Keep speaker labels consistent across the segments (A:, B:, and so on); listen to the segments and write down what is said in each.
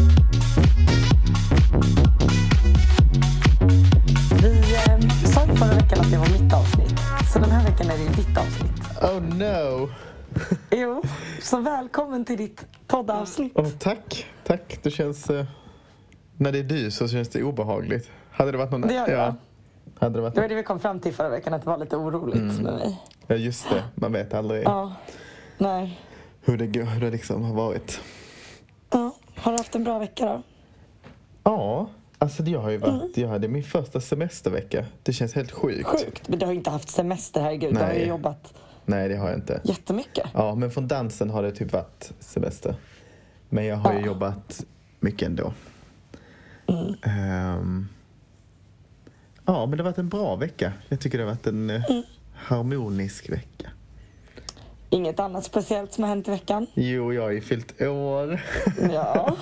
A: eh,
B: Oh,
A: Jo, så välkommen till ditt poddavsnitt.
B: Åh, Oh, tack, tack. Det känns... Eh, när det är du så känns det obehagligt. Hade det varit någon...
A: Det gör det, va?
B: Hade det varit
A: Det var det vi kom fram till förra veckan, att det var lite oroligt med mig.
B: Ja, just det. Man vet aldrig
A: Ja, nej.
B: hur det går, hur det liksom har varit.
A: Ja. Har du haft en bra vecka då?
B: Ja, alltså jag har ju
A: Mm.
B: varit... Jag hade min första semestervecka. Det känns helt sjukt.
A: Sjukt, men du har ju inte haft semester, herregud. Du har ju
B: Nej.
A: jobbat
B: Nej, det har jag inte.
A: jättemycket.
B: Ja, men från dansen har det typ varit semester. Men jag har ju jobbat mycket ändå.
A: Mm.
B: Ehm, ja, men det har varit en bra vecka. Jag tycker det har varit en eh,
A: Mm.
B: harmonisk vecka.
A: Inget annat speciellt som har hänt i veckan?
B: Jo, jag har ju fyllt år.
A: Ja.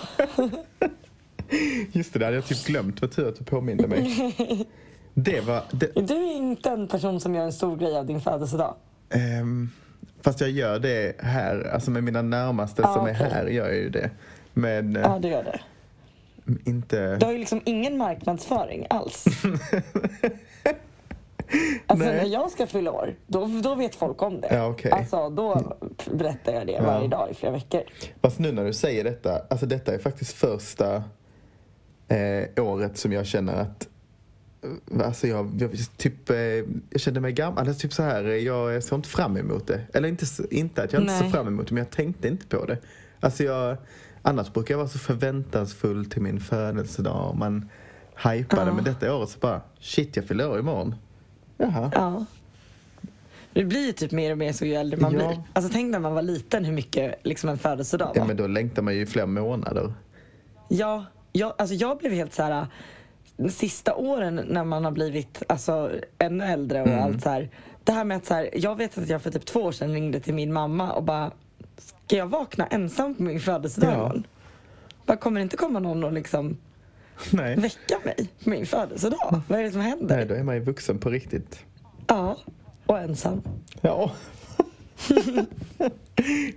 B: Just det, det hade jag typ glömt. Vad tur att du påminde mig. Det var... Det,
A: Du är inte en person som gör en stor grej av din födelsedag.
B: ehm, fast jag gör det här, alltså med mina närmaste
A: Ja,
B: som är
A: okej.
B: här gör jag ju det. Men eh,
A: Ja, du gör det.
B: inte...
A: Du har ju liksom ingen marknadsföring alls. Alltså
B: Nej.
A: när jag ska fylla år, då, då vet folk om det.
B: Ja, okej.
A: Alltså då berättar jag det varje dag i flera veckor.
B: Fast nu när du säger detta, alltså detta är faktiskt första eh, året som jag känner att eh, Alltså jag, jag, typ, eh, jag kände mig gammal. Alltså typ så här, eh, jag såg inte fram emot det. Eller inte, så- inte att jag inte
A: Nej.
B: såg fram emot det, men jag tänkte inte på det. Alltså jag, annars brukar jag vara så förväntansfull till min födelsedag. och Man hypade, men detta året så bara shit, jag fyller år imorgon. Jaha.
A: Ja. Det blir ju typ mer och mer så ju äldre man
B: Ja.
A: blir. Alltså tänk när man var liten hur mycket liksom en födelsedag
B: Ja,
A: var.
B: men då längtar man ju i flera månader.
A: Ja, jag, alltså jag blev helt så här... De sista åren när man har blivit alltså, ännu äldre
B: Mm.
A: och allt så här. Det här med att så här, jag vet att jag för typ två år sedan ringde till min mamma och bara Ska jag vakna ensam på min födelsedag
B: Ja.
A: imorgon? Bara, kommer det inte komma någon och liksom
B: Nej.
A: väcka mig på min födelsedag? Vad är det som händer?
B: Nej, då är man ju vuxen på riktigt.
A: Ja, och ensam.
B: Ja.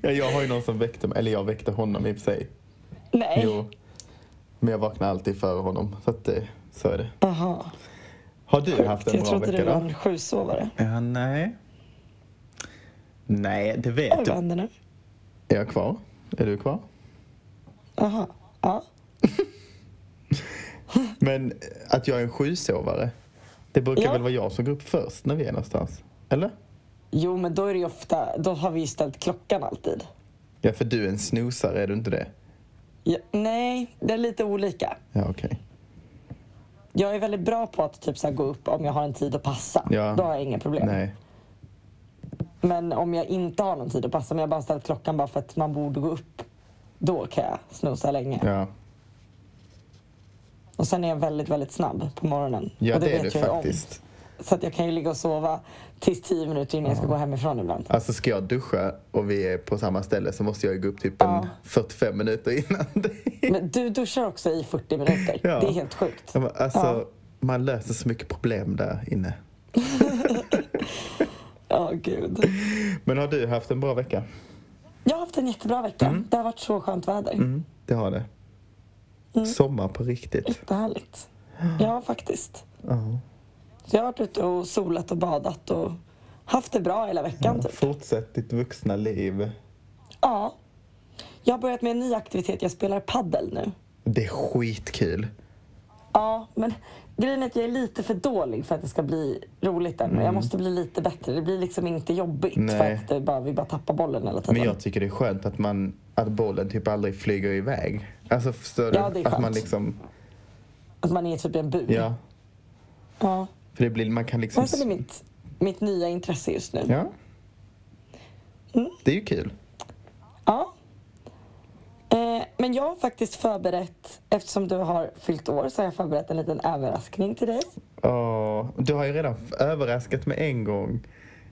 B: ja, jag har ju någon som väckte mig, eller jag väckte honom i och för sig.
A: Nej.
B: Jo. Men jag vaknar alltid före honom, så att det, så är det.
A: Jaha.
B: Har du haft en
A: Jag
B: bra
A: trodde
B: vecka
A: det var
B: då?
A: en sjusovare.
B: Ja, nej. Nej, det
A: Oj,
B: vet
A: vad
B: du.
A: händer nu?
B: Är jag kvar? Är du kvar?
A: Jaha. Ja.
B: Men eh, att jag är en sjusovare, det brukar
A: Ja.
B: väl vara jag som går upp först när vi är någonstans? Eller?
A: Jo, men då är det ju ofta, då har vi ju ställt klockan alltid.
B: Ja, för du är en snosare, är du inte det?
A: Ja, nej, det är lite olika.
B: Ja, okej.
A: Jag är väldigt bra på att typ så här, gå upp om jag har en tid att passa.
B: Ja.
A: Då har jag inga problem.
B: Nej.
A: Men om jag inte har någon tid att passa, om jag bara ställt klockan bara för att man borde gå upp, då kan jag snusa länge.
B: Ja.
A: Och sen är jag väldigt, väldigt snabb på morgonen.
B: Ja,
A: och
B: det, är
A: vet
B: du
A: jag ju om.
B: faktiskt.
A: Så att jag kan ju ligga och sova tills tio minuter innan jag ska gå hemifrån ibland.
B: Alltså ska jag duscha och vi är på samma ställe så måste jag ju gå upp typ en
A: Ja.
B: 45 minuter innan dig.
A: Men du duschar också i 40 minuter.
B: Ja.
A: Det är helt sjukt.
B: Jag bara, Alltså,
A: Ja.
B: man löser så mycket problem där inne.
A: Ja, gud.
B: Men har du haft en bra vecka?
A: Jag har haft en jättebra vecka. Det har varit så skönt väder.
B: Mm, det har det.
A: Mm.
B: Sommar på riktigt.
A: Jättehärligt. Ja, faktiskt.
B: Ja.
A: Så jag har varit ute och solat och badat och haft det bra hela
B: Mm.
A: veckan. Typ.
B: Fortsätt ditt vuxna liv.
A: Ja. Jag har börjat med en ny aktivitet. Jag spelar paddel nu.
B: Det är skitkul.
A: Ja, men grejen är att jag är lite för dålig för att det ska bli roligt än. Jag måste bli lite bättre. Det blir liksom inte jobbigt för
B: Mm. Nej.
A: att det bara, vi bara tappar bollen hela tiden.
B: Men jag tycker det är skönt att, man, att bollen typ aldrig flyger iväg. Alltså förstår du?
A: Ja, det är
B: att man
A: skönt.
B: liksom,
A: Att man är typ i en bur.
B: ja.
A: ja.
B: För det blir, man kan liksom...
A: Men så är det mitt, mitt nya intresse just nu.
B: Ja.
A: Mm.
B: Det är ju kul.
A: Ja. Eh, men jag har faktiskt förberett, eftersom du har fyllt år, så har jag förberett en liten överraskning till dig.
B: Åh, du har ju redan f- överraskat mig en gång.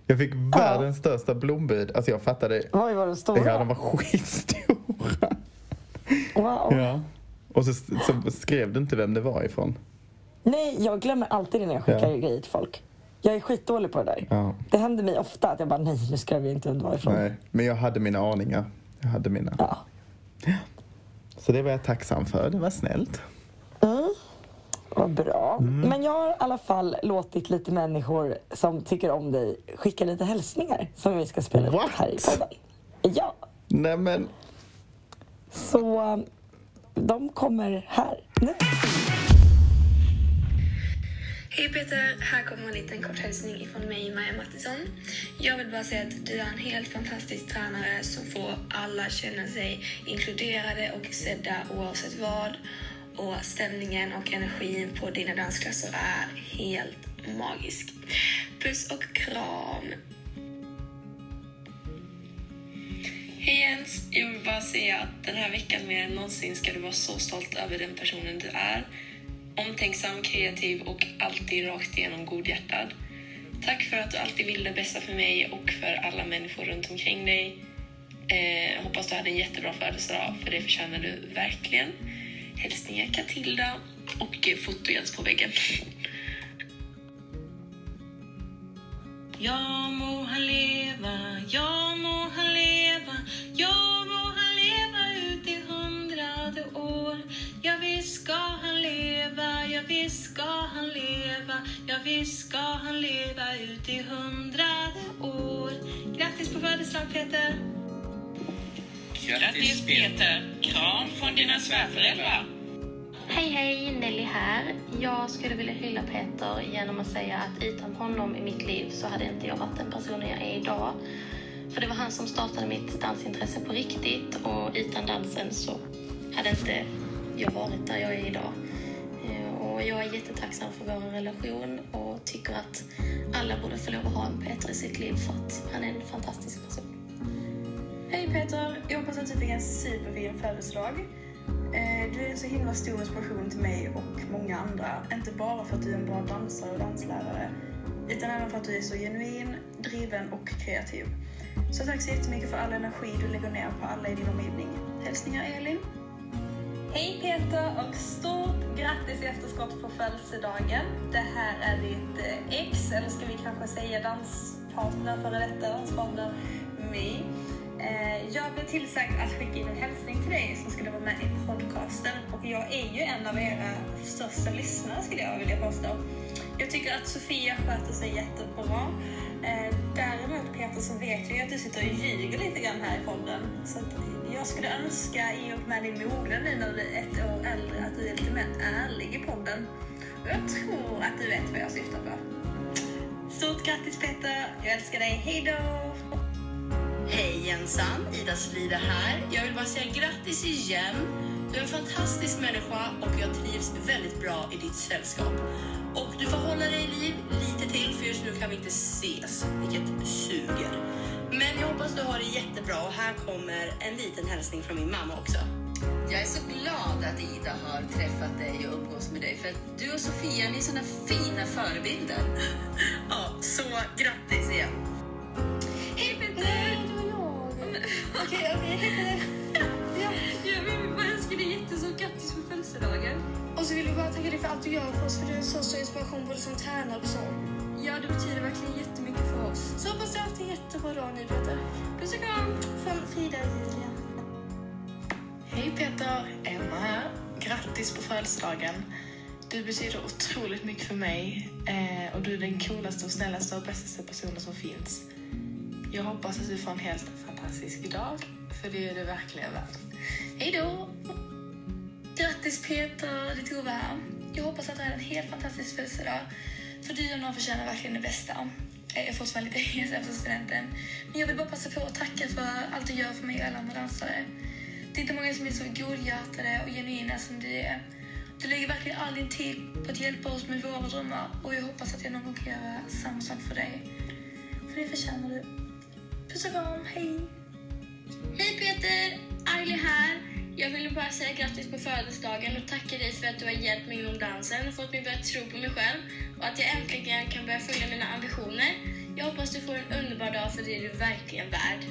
B: Jag fick världens största blombud. Alltså jag fattade.
A: Vad var den stora?
B: Ja, de var skitstora.
A: Wow.
B: Ja. Och så, så skrev du inte vem det var ifrån.
A: Nej, jag glömmer alltid det när jag skickar
B: Ja.
A: grejer till folk. Jag är skitdålig på det där.
B: Ja.
A: Det händer mig ofta att jag bara, nej, nu skrev jag inte varifrån.
B: Nej, men jag hade mina aningar. Jag hade mina.
A: Ja.
B: Så det var jag tacksam för. Det var snällt.
A: Mm. Vad bra.
B: Mm.
A: Men jag har i alla fall låtit lite människor som tycker om dig skicka lite hälsningar som vi ska spela upp
B: What?
A: här i podden. Ja,
B: Nej men,
A: så um, de kommer här nu.
C: Hej Peter! Här kommer en liten kort hälsning ifrån mig, Maja Mattisson. Jag vill bara säga att du är en helt fantastisk tränare som får alla känna sig inkluderade och sedda oavsett vad. Och stämningen och energin på dina dansklasser är helt magisk. Puss och kram! Hej Jens! Jag vill bara säga att den här veckan mer än någonsin ska du vara så stolt över den personen du är. Omtänksam, kreativ och alltid rakt igenom godhjärtad. Tack för att du alltid vill det bästa för mig och för alla människor runt omkring dig. Eh, hoppas du hade en jättebra födelsedag, för det förtjänar du verkligen. Hälsningar Katilda och eh, foto Jens på väggen. Ja må han leva, ja må han leva, ja må han leva ut i hundrade år. Ja visst ska han leva, ja visst ska han leva, ja visst ska han leva ut i hundrade år. Grattis på födelsedag Peter!
D: Grattis Peter! Kram från dina svärföräldrar!
E: Hej hej, Nelly här. Jag skulle vilja hylla Peter genom att säga att utan honom i mitt liv så hade inte jag varit den personen jag är idag. För det var han som startade mitt dansintresse på riktigt och utan dansen så hade inte jag varit där jag är idag. Eh, Och jag är jättetacksam för vår relation och tycker att alla borde få lov att ha en Peter i sitt liv för att han är en fantastisk person.
F: Hej Peter! Jag hoppas att du fick en superfin födelsedag. Eh, Du är en så himla stor inspiration till mig och många andra. Inte bara för att du är en bra dansare och danslärare, utan även för att du är så genuin, driven och kreativ. Så tack så jättemycket för all energi du lägger ner på alla i din omgivning. Hälsningar Elin.
G: Hej Peter och stort grattis i efterskott på födelsedagen. Det här är ditt eh, ex, eller ska vi kanske säga danspartner, före detta danspartner My. Eh, Jag blev tillsagd att skicka in en hälsning till dig som skulle vara med i podcasten och jag är ju en av era största lyssnare skulle jag vilja påstå. Jag tycker att Sofia sköter sig jättebra. Eh, Däremot Peter så vet jag ju att du sitter och ljuger lite grann här i podden. Så att jag skulle önska i och med din mognad nu när du är ett år äldre att du är lite mer ärlig i podden. Och jag tror att du vet vad jag syftar på. Stort grattis Peter! Jag älskar dig. Hej då!
H: Hej Jensan, Ida Slide här. Jag vill bara säga grattis igen. Du är en fantastisk människa och jag trivs väldigt bra i ditt sällskap. Och du får hålla dig i liv lite till för just nu kan vi inte ses, vilket suger. Men jag hoppas du har det jättebra och här kommer en liten hälsning från min mamma också.
I: Jag är så glad att Ida har träffat dig och umgås med dig för att du och Sofia, ni är såna fina förebilder.
H: Ja, så grattis igen.
G: Hej Petter! Okej, okej, hej
C: Jag vill bara önska dig jättestort grattis på födelsedagen.
G: Och så vill vi bara tacka dig för allt du gör för oss, för du är en så stor inspiration både som tränare och så.
C: Ja, det betyder verkligen jättemycket för oss.
G: Så hoppas du har haft en jättebra dag nu Peter. Puss och kram! Från Frida och Julia.
J: Hej Peter! Emma här. Grattis på födelsedagen. Du betyder otroligt mycket för mig eh, och du är den coolaste och snällaste och bästa personen som finns. Jag hoppas att du får en helt fantastisk dag, för det är det verkligen värt. Hej då!
G: Grattis Peter, det tog här. Jag hoppas att du hade en helt fantastisk födelsedag. För du och någon förtjänar verkligen det bästa. Eh, Jag är fortfarande lite hes efter studenten. Men jag vill bara passa på att tacka för allt du gör för mig och alla andra dansare. Det är inte många som är så godhjärtade och genuina som du är. Du lägger verkligen all din tid på att hjälpa oss med våra drömmar och jag hoppas att jag någon gång kan göra samma sak för dig. För det förtjänar du. Puss och kram, hej!
E: Hej Peter! Arli här. Jag ville bara säga grattis på födelsedagen och tacka dig för att du har hjälpt mig inom dansen och fått mig börja tro på mig själv och att jag äntligen kan börja följa mina ambitioner. Jag hoppas du får en underbar dag för det är du verkligen värd.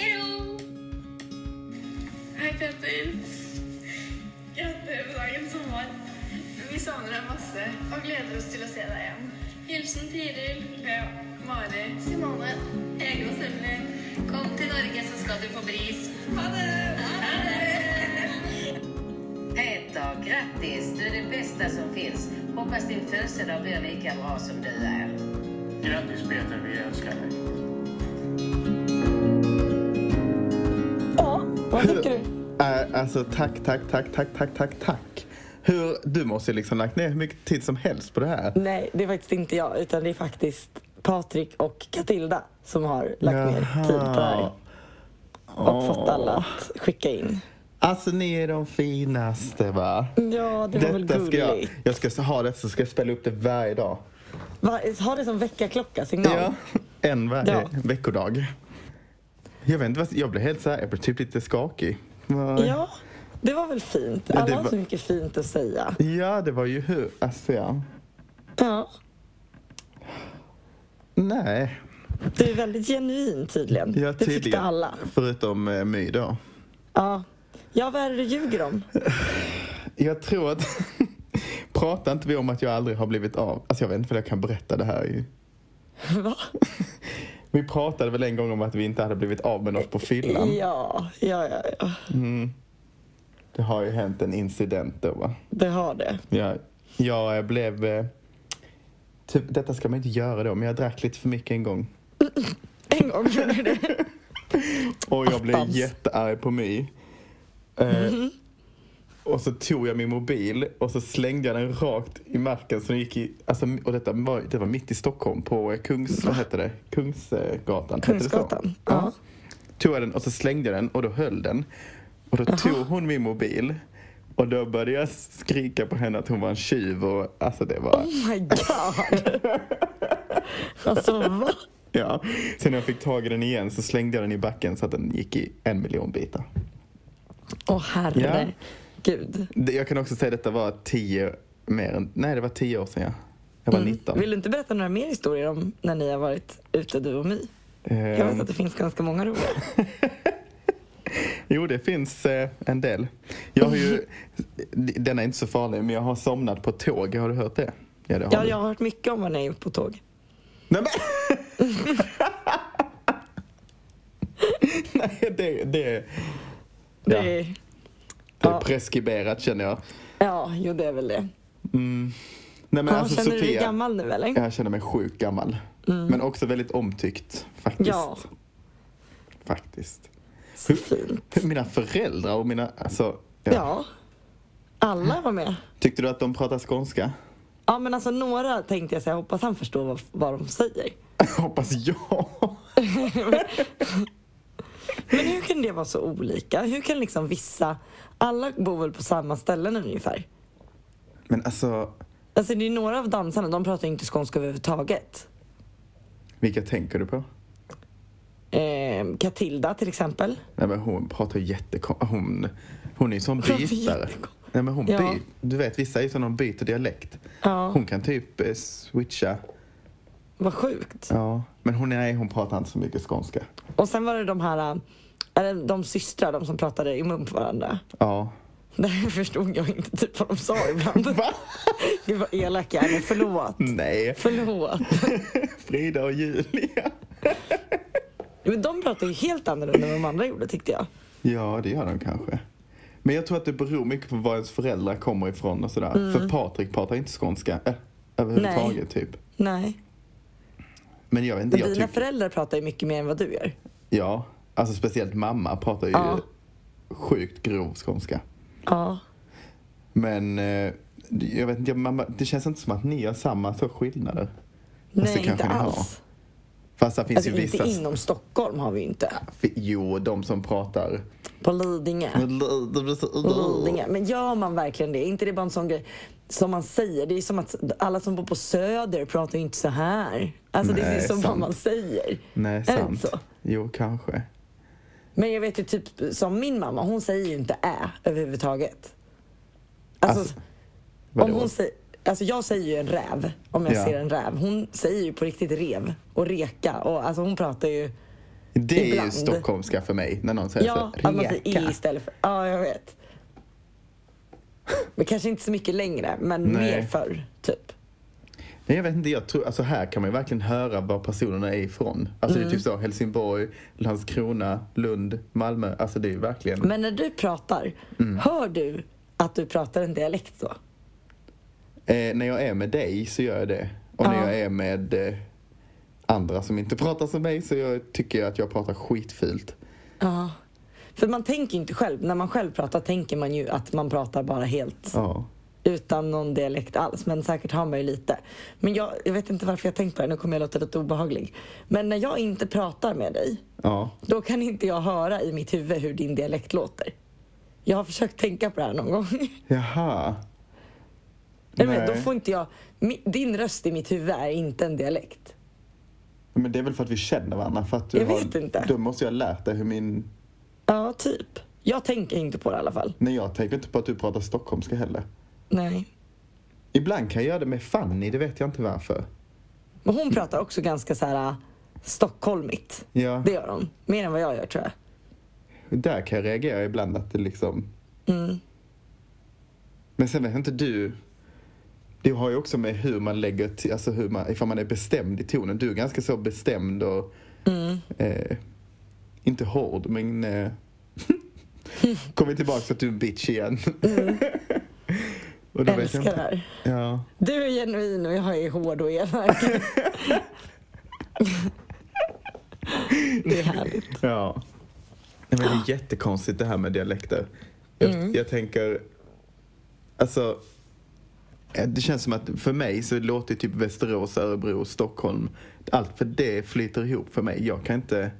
E: Hej då!
G: Hej Petter!
J: Grattis på dagen som var. Vi savnar dig massor och gläder oss till att se dig igen.
G: Hilsen till Iril.
J: Ja, Mari. Simone. Ego Sylvie.
H: Kom till Norge så ska du få bris.
J: Ha det!
I: Peter, grattis! Du är det bästa som finns. Hoppas din födelsedag blir lika bra som du är.
D: Grattis Peter, vi älskar dig.
A: Vad tycker du?
B: Äh, alltså tack, tack, tack, tack, tack, tack, tack. Hur, du måste ju liksom lagt ner hur mycket tid som helst på det här.
A: Nej, det är faktiskt inte jag, utan det är faktiskt Patrik och Katilda som har lagt ner tid på det här. Och
B: Åh.
A: fått alla att skicka in.
B: Alltså ni är de finaste va?
A: Ja, det var väl
B: Detta ska jag,
A: gulligt.
B: jag ska ha det så ska jag spela upp det varje dag.
A: Va, ha det som väckarklocka, signal.
B: Ja, en varje
A: Ja.
B: veckodag. Jag vet inte, vad- jag blev helt så här, jag blev typ lite skakig. Vad-
A: Ja, det var väl fint.
B: Ja,
A: Alla
B: det
A: har
B: var-
A: så mycket fint att säga.
B: Ja, det var ju hur, alltså ja.
A: Ja,
B: Nej.
A: du är väldigt genuin tydligen.
B: Ja,
A: det tyckte
B: tydligen.
A: alla.
B: Förutom eh, My då.
A: Ja. ja, vad är det du ljuger om?
B: Jag tror att... Pratar inte vi om att jag aldrig har blivit av? Alltså jag vet inte för jag kan berätta det här ju.
A: Va?
B: Vi pratade väl en gång om att vi inte hade blivit av med något på fyllan.
A: Ja, ja, ja, ja.
B: Mm. Det har ju hänt en incident då va?
A: det har det.
B: Jag, jag blev... eh, Typ, detta ska man inte göra då, men jag drack lite för mycket en gång.
A: En gång gjorde du det.
B: Och jag blev
A: Attans.
B: jättearg på mig. Eh,
A: Mm-hmm.
B: Och så tog jag min mobil och så slängde jag den rakt i marken. Så den gick i, alltså, och detta var, det var mitt i Stockholm på eh, Kungs, vad heter det? Kungsgatan. heter det så?
A: Kungsgatan. Ja.
B: Tog jag den och så slängde jag den och då höll den. Och då tog hon min mobil. Och då började jag skrika på henne att hon var en tjuv och alltså det var...
A: Oh my god. Alltså va?
B: Ja. Sen när jag fick tag i den igen så slängde jag den i backen så att den gick i en miljon bitar.
A: Åh herre. Gud.
B: Det- Jag kan också säga att detta var tio mer än, nej det var tio år sedan ja. Jag var 19.
A: Mm. Vill du inte berätta några mer historier om när ni har varit ute du och My? Jag
B: Ehm,
A: vet att det finns ganska många roliga.
B: Jo det finns eh, en del. Jag har ju, den är inte så farlig men jag har somnat på tåg, har du hört det? Ja det har
A: Ja,
B: du.
A: jag har hört mycket om vad ni har gjort på tåg.
B: Nej, men... nej det, det,
A: Det
B: Ja.
A: är,
B: det är
A: Ja.
B: preskriberat känner jag.
A: ja, jo det är väl det.
B: Mm. Nej, men
A: ja,
B: alltså,
A: känner du dig
B: Sofia,
A: gammal nu eller?
B: Jag känner mig sjukt gammal. Men också väldigt omtyckt faktiskt.
A: Mm. Ja.
B: Faktiskt.
A: Så fint.
B: Mina föräldrar och mina... Alltså, ja.
A: Ja. Alla var med.
B: Tyckte du att de pratade skånska?
A: Ja men alltså några tänkte jag säga, hoppas han förstår vad, vad de säger.
B: Hoppas jag.
A: Men hur kan det vara så olika? Hur kan liksom vissa, alla bor väl på samma ställen ungefär?
B: Men alltså,
A: Alltså det är några av dansarna, de pratar inte skånska överhuvudtaget.
B: vilka tänker du på?
A: Eh, Katilda till exempel.
B: Nej men hon pratar jättekonstigt. Hon, hon är ju sån
A: Pratar
B: bytare.
A: jättekon-
B: Nej men hon
A: Ja.
B: byter. Du vet vissa är ju som de byter dialekt.
A: Ja,
B: Hon kan typ eh, switcha.
A: vad sjukt.
B: Ja. Men hon, nej, hon pratar inte så mycket skånska.
A: Och sen var det de här, eh, eller de systrar, de som pratade i mun på varandra.
B: Ja.
A: Det här förstod jag inte typ vad de sa ibland.
B: Va?
A: Gud
B: Mm.
A: vad elak jag är nu, förlåt.
B: Nej.
A: Förlåt.
B: Frida och Julia.
A: Men de pratade ju helt annorlunda än vad de andra gjorde tyckte jag.
B: Ja, det gör de kanske. Men jag tror att det beror mycket på var ens föräldrar kommer ifrån och sådär. För Patrik pratar inte skånska eh, överhuvudtaget typ.
A: Mm. Nej.
B: Men jag vet inte,
A: Men
B: jag
A: dina
B: tycker...
A: föräldrar pratar ju mycket mer än vad du gör.
B: Ja, alltså speciellt mamma pratar ju
A: Ja.
B: sjukt grov skånska.
A: Ja.
B: Men eh, jag vet inte, jag- mamma, det känns inte som att ni har samma så skillnader. Fast det
A: Nej, inte
B: Alltså, kanske ni har.
A: alls.
B: Fast det finns
A: Alltså
B: ju vissa...
A: inte inom Stockholm har vi ju inte.
B: Fi- Jo, de som pratar...
A: På Lidingö. Lidingö. Men gör man verkligen det? Är inte det bara en sån grej som man säger? Det är som att alla som bor på Söder pratar ju inte så här. Alltså det är
B: Nej,
A: ju som vad
B: sant.
A: man säger.
B: Nej,
A: det
B: sant.
A: inte så?
B: Jo, kanske.
A: Men jag vet ju typ som min mamma, hon säger ju inte ä överhuvudtaget. Alltså,
B: Alltså,
A: om
B: Vadå?
A: hon säger, alltså jag säger ju en räv om jag
B: Ja.
A: ser en räv. Hon säger ju på riktigt rev och reka och alltså hon pratar ju
B: Det är ju
A: Ibland.
B: stockholmska för mig när någon säger
A: Ja,
B: så.
A: att man säger i
B: Alltså, Reka.
A: istället för... Ja, jag vet. Men kanske inte så mycket längre, men
B: Nej.
A: mer förr, typ.
B: Nej, jag vet inte, jag tror, alltså här kan man ju verkligen höra var personerna är ifrån. Alltså
A: Mm.
B: det är typ så Helsingborg, Landskrona, Lund, Malmö. Alltså det är ju verkligen.
A: Men när du pratar,
B: Mm.
A: hör du att du pratar en dialekt då?
B: Eh, när jag är med dig så gör jag det. Och när jag är med eh, andra som inte pratar som mig så jag, tycker jag att jag pratar skitfult.
A: Ja. För man tänker ju inte själv. När man själv pratar tänker man ju att man pratar bara helt
B: Ja.
A: utan någon dialekt alls. Men säkert har man ju lite. Men jag, jag vet inte varför jag tänkt på det. Nu kommer jag låta lite obehaglig. Men när jag inte pratar med dig,
B: Ja.
A: då kan inte jag höra i mitt huvud hur din dialekt låter. Jag har försökt tänka på det här någon gång.
B: Jaha.
A: Nej. Men då
B: Nej.
A: får inte jag... mi- Din röst i mitt huvud är inte en dialekt.
B: Men det är väl för att vi känner varandra? För att du
A: Jag
B: har,
A: vet inte.
B: Då måste jag ha lärt dig hur min...
A: Ja, typ. Jag tänker inte på det i alla fall.
B: Nej, jag tänker inte på att du pratar stockholmska heller.
A: Nej.
B: Ibland kan jag göra det med Fanny, det vet jag inte varför.
A: Men hon pratar också ganska så här äh, stockholmigt.
B: Ja,
A: Det gör hon. Mer än vad jag gör tror jag.
B: där kan jag reagera ibland att det liksom...
A: Mm.
B: Men sen vet jag inte du... Det har ju också med hur man lägger till, alltså hur man, ifall man är bestämd i tonen. Du är ganska så bestämd och
A: Mm.
B: eh, inte hård men... Eh, kommer tillbaka så att du är en bitch igen.
A: Mm.
B: och då vet
A: Älskar
B: jag
A: det
B: inte.
A: här.
B: Ja.
A: Du är genuin och jag är hård och elak. det är härligt.
B: Ja. Nej, men det är jättekonstigt det här med dialekter. Jag,
A: Mm.
B: jag tänker, alltså, eh, det känns som att för mig så låter typ Västerås, Örebro, Stockholm, allt för det flyter ihop för mig. Jag kan inte,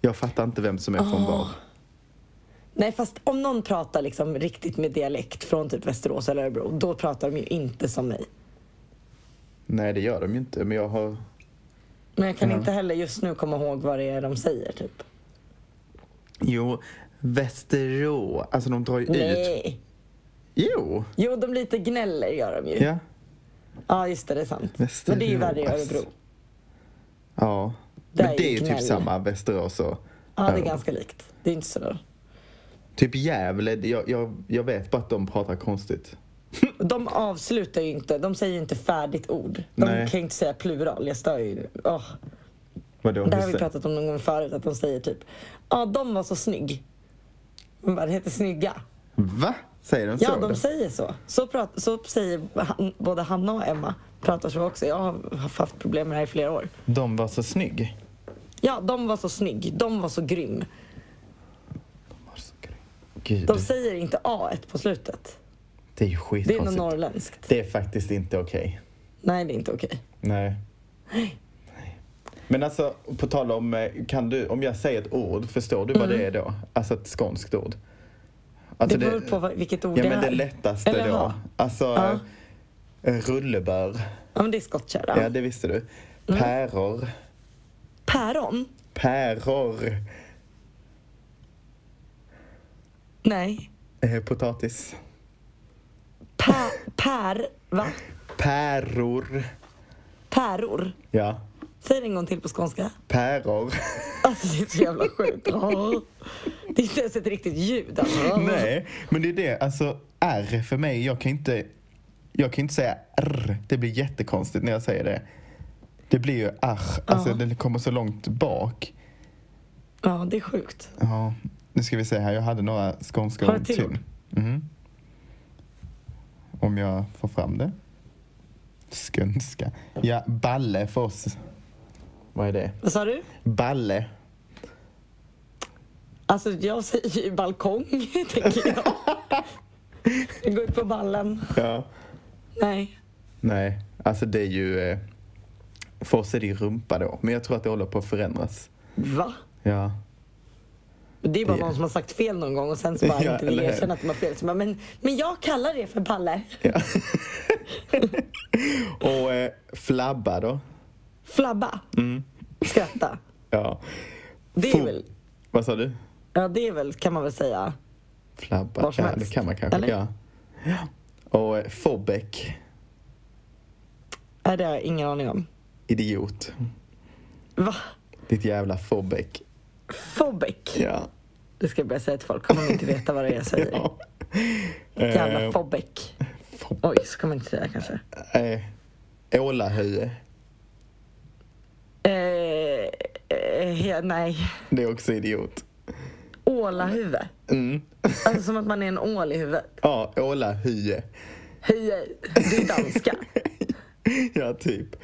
B: jag fattar inte vem som är från
A: Ah.
B: var.
A: Nej fast om någon pratar liksom riktigt med dialekt från typ Västerås eller Örebro, då pratar de ju inte som mig.
B: Nej, det gör de ju inte, men jag har,
A: Men jag kan
B: Ja.
A: inte heller just nu komma ihåg vad det är de säger typ.
B: jo, Västerås, alltså de drar ju ut.
A: Nej.
B: Jo,
A: Jo, de lite gnäller gör de ju.
B: ja.
A: Ja, just det, det är sant.
B: Västerås.
A: Men det är ju värre i Örebro.
B: Ja.
A: Där
B: men
A: är
B: det är
A: ju
B: ju typ
A: knäll.
B: samma, Västerås och
A: Ja, det är
B: Örebro.
A: ganska likt. Det är inte så.
B: Typ Gävle, jag, jag, jag vet bara att de pratar konstigt.
A: De avslutar ju inte, de säger ju inte färdigt ord. De
B: Nej.
A: kan ju inte säga plural, jag stör ju. Åh,
B: Vadå?
A: det här har
B: Hur
A: vi
B: sä-
A: pratat om någon gång förut, att de säger typ Ja, de var så snygg. Man bara, det heter snygga.
B: Va? Säger de så?
A: Ja, de säger så. Så, prat, så säger han, både Hanna och Emma. Pratar så också. Jag har haft problem med det här i flera år.
B: De var så snygg.
A: Ja, de var så snygg. De var så grym.
B: Gud,
A: De säger inte A på slutet.
B: det är
A: Det
B: ju
A: är nog
B: skitkonstigt.
A: norrländskt.
B: Det är faktiskt inte okej.
A: Nej, det är inte okej.
B: Nej. Nej. Men alltså, på tal om, eh, kan du, om jag säger ett ord, förstår du vad det är då? Alltså ett skånskt ord. Alltså
A: Mm. det beror på vad, vilket ord
B: Ja
A: det
B: men det
A: är.
B: lättaste
A: Eller
B: då.
A: vad?
B: Alltså,
A: Ja.
B: eh, rullebör.
A: Ja, Mm. men det är skottkärra.
B: Ja, det visste du. Päror.
A: Päron?
B: Päror.
A: Nej.
B: Eh, potatis.
A: Pä, pär... Va?
B: Päror.
A: Päror?
B: Ja.
A: Säg det en gång till på skånska.
B: Päror.
A: Alltså, det är så jävla sjukt. Åh. Det är inte ens ett riktigt ljud. Alltså.
B: Nej, men det är det. Alltså R för mig, jag kan inte, jag kan inte säga R. Det blir jättekonstigt när jag säger det. Det blir ju R. Alltså
A: Ja.
B: den kommer så långt bak.
A: Ja, det är sjukt.
B: Ja, nu ska vi se här. Jag hade några skånska
A: Har du
B: ord
A: till ord?
B: till. Mm. Om jag får fram det. Skånska. Ja, balle för oss. Vad är det?
A: Vad sa du?
B: Balle.
A: Alltså, jag säger ju balkong, tänker jag. Jag går ut på ballen.
B: Ja.
A: Nej.
B: Nej, alltså det är ju... Eh, för oss är det ju rumpa då. Men jag tror att det håller på att förändras.
A: Va?
B: Ja.
A: Det är bara
B: Ja.
A: någon som har sagt fel någon gång och sen så bara
B: Ja,
A: inte vill
B: eller hur?
A: erkänna att de har fel. Så bara, men, men jag kallar det för balle.
B: Och eh, flabba då?
A: Flabba.
B: Mm.
A: Skratta.
B: Ja.
A: Det är
B: Fo-
A: väl,
B: Vad sa du?
A: ja det är väl, kan man väl säga.
B: Flabba.
A: Var som
B: ja,
A: helst.
B: det kan man kanske.
A: Eller?
B: Ja. Och eh, fobbek.
A: Nej, det har jag ingen aning om.
B: Idiot.
A: Va?
B: Ditt jävla fobbek.
A: Fobek?
B: Ja.
A: Det ska jag börja säga till folk. Kommer de inte veta vad det är jag säger.
B: ja.
A: Jävla
B: Eh,
A: fobek.
B: fob-
A: Oj, så kan man inte säga kanske.
B: eh, Ålahöje.
A: Eh, eh, he- nej.
B: Det är också idiot.
A: Ålahuvud.
B: Mm.
A: Alltså som att man är en ål i huvudet.
B: Ja, ålahöje.
A: Hej, hej. Det är danska.
B: ja, typ.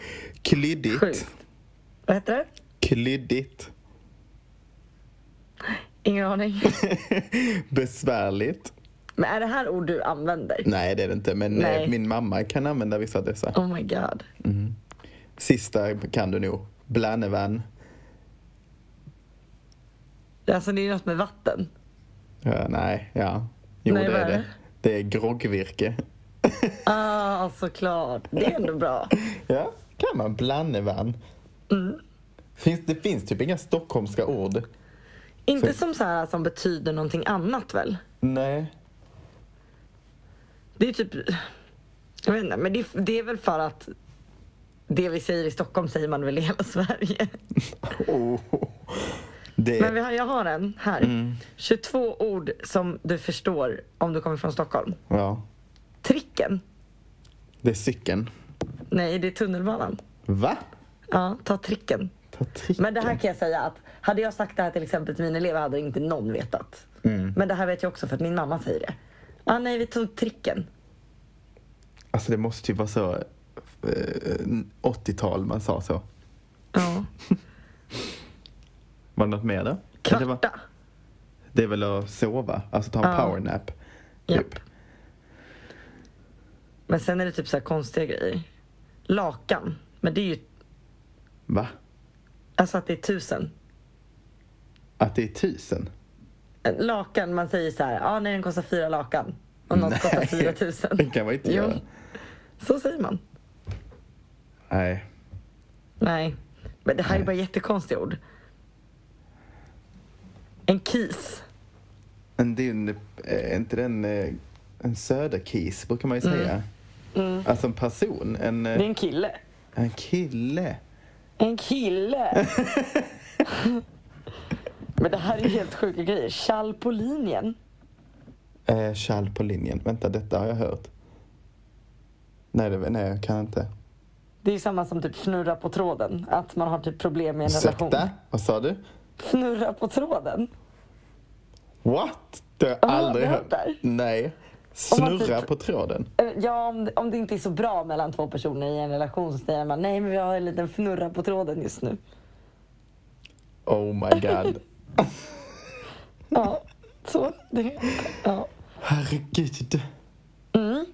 B: Klyddigt.
A: Sjukt. Vad heter det?
B: Klyddigt.
A: Ingen aning.
B: Besvärligt.
A: Men är det här ord du använder?
B: Nej, det är det inte. Men eh,
A: Nej.
B: min mamma kan använda vissa av dessa.
A: Oh my god.
B: Mm. Sista kan du nog. Blänevän.
A: Alltså det är ju något med vatten.
B: Ja, Eh, nej, ja. Jo,
A: Nej,
B: det
A: vad
B: är
A: är
B: det.
A: det?
B: Det är groggvirke.
A: Ah, såklart. Det är ändå bra.
B: Ja, kan man. Blannevän.
A: Mm.
B: Finns, det finns typ inga stockholmska ord.
A: Inte
B: Så-
A: som så här som betyder någonting annat väl?
B: Nej.
A: Det är typ... Jag vet inte, men det, det är väl för att det vi säger i Stockholm säger man väl i hela Sverige.
B: Oh. Det...
A: Men vi har, jag har en här. 22 ord som du förstår om du kommer från Stockholm.
B: Ja,
A: Tricken?
B: det är cykeln.
A: Nej, det är tunnelbanan.
B: Va?
A: Ja, ta tricken.
B: Ta tricken.
A: Men det här kan jag säga att hade jag sagt det här till exempel till mina elever hade inte någon vetat.
B: Mm.
A: Men det här vet jag också för att min mamma säger det. Ah, nej, vi tog tricken.
B: Alltså det måste ju vara så eh, 80-tal man sa så.
A: Ja.
B: Var det något mer då? Det, var,
A: Kvarta.
B: det är väl att sova, alltså ta en
A: Ja.
B: powernap.
A: Japp. Men sen är det typ så här konstiga grejer. Lakan. Men det är ju
B: Va?
A: alltså att det är tusen.
B: Att det är tusen?
A: Eh, Lakan, man säger så här, ah, nej den kostar fyra lakan. Och något kostar fyra tusen.
B: Det kan man inte
A: Jo.
B: göra.
A: Så säger man.
B: Nej.
A: Nej. Men det här är bara jättekonstiga ord. En kis.
B: Men det är ju en, eh, inte den, eh, en söderkis brukar man ju säga. Alltså en person, en,
A: Mm. Det är
B: eh,
A: en kille.
B: en kille.
A: En kille! Men det här är ju helt sjuka grejer. Tjall på linjen.
B: Eh, Kjell på linjen. Vänta, detta har jag hört. Nej, det, nej jag kan inte.
A: Det är ju samma som typ fnurra på tråden. Att man har typ problem i en relation.
B: Ursäkta? Vad sa du?
A: Fnurra på tråden.
B: What? Det har jag
A: Har du
B: aldrig
A: aldrig
B: hört.
A: hört där?
B: Nej.
A: Om man
B: Snurra
A: typ-
B: på tråden.
A: Eller, Ja, om, om det inte är så bra mellan två personer i en relation så säger man nej men vi har en liten fnurra på tråden just nu.
B: Oh my god.
A: Ja, så. Det, ja.
B: Herregud.
A: mm.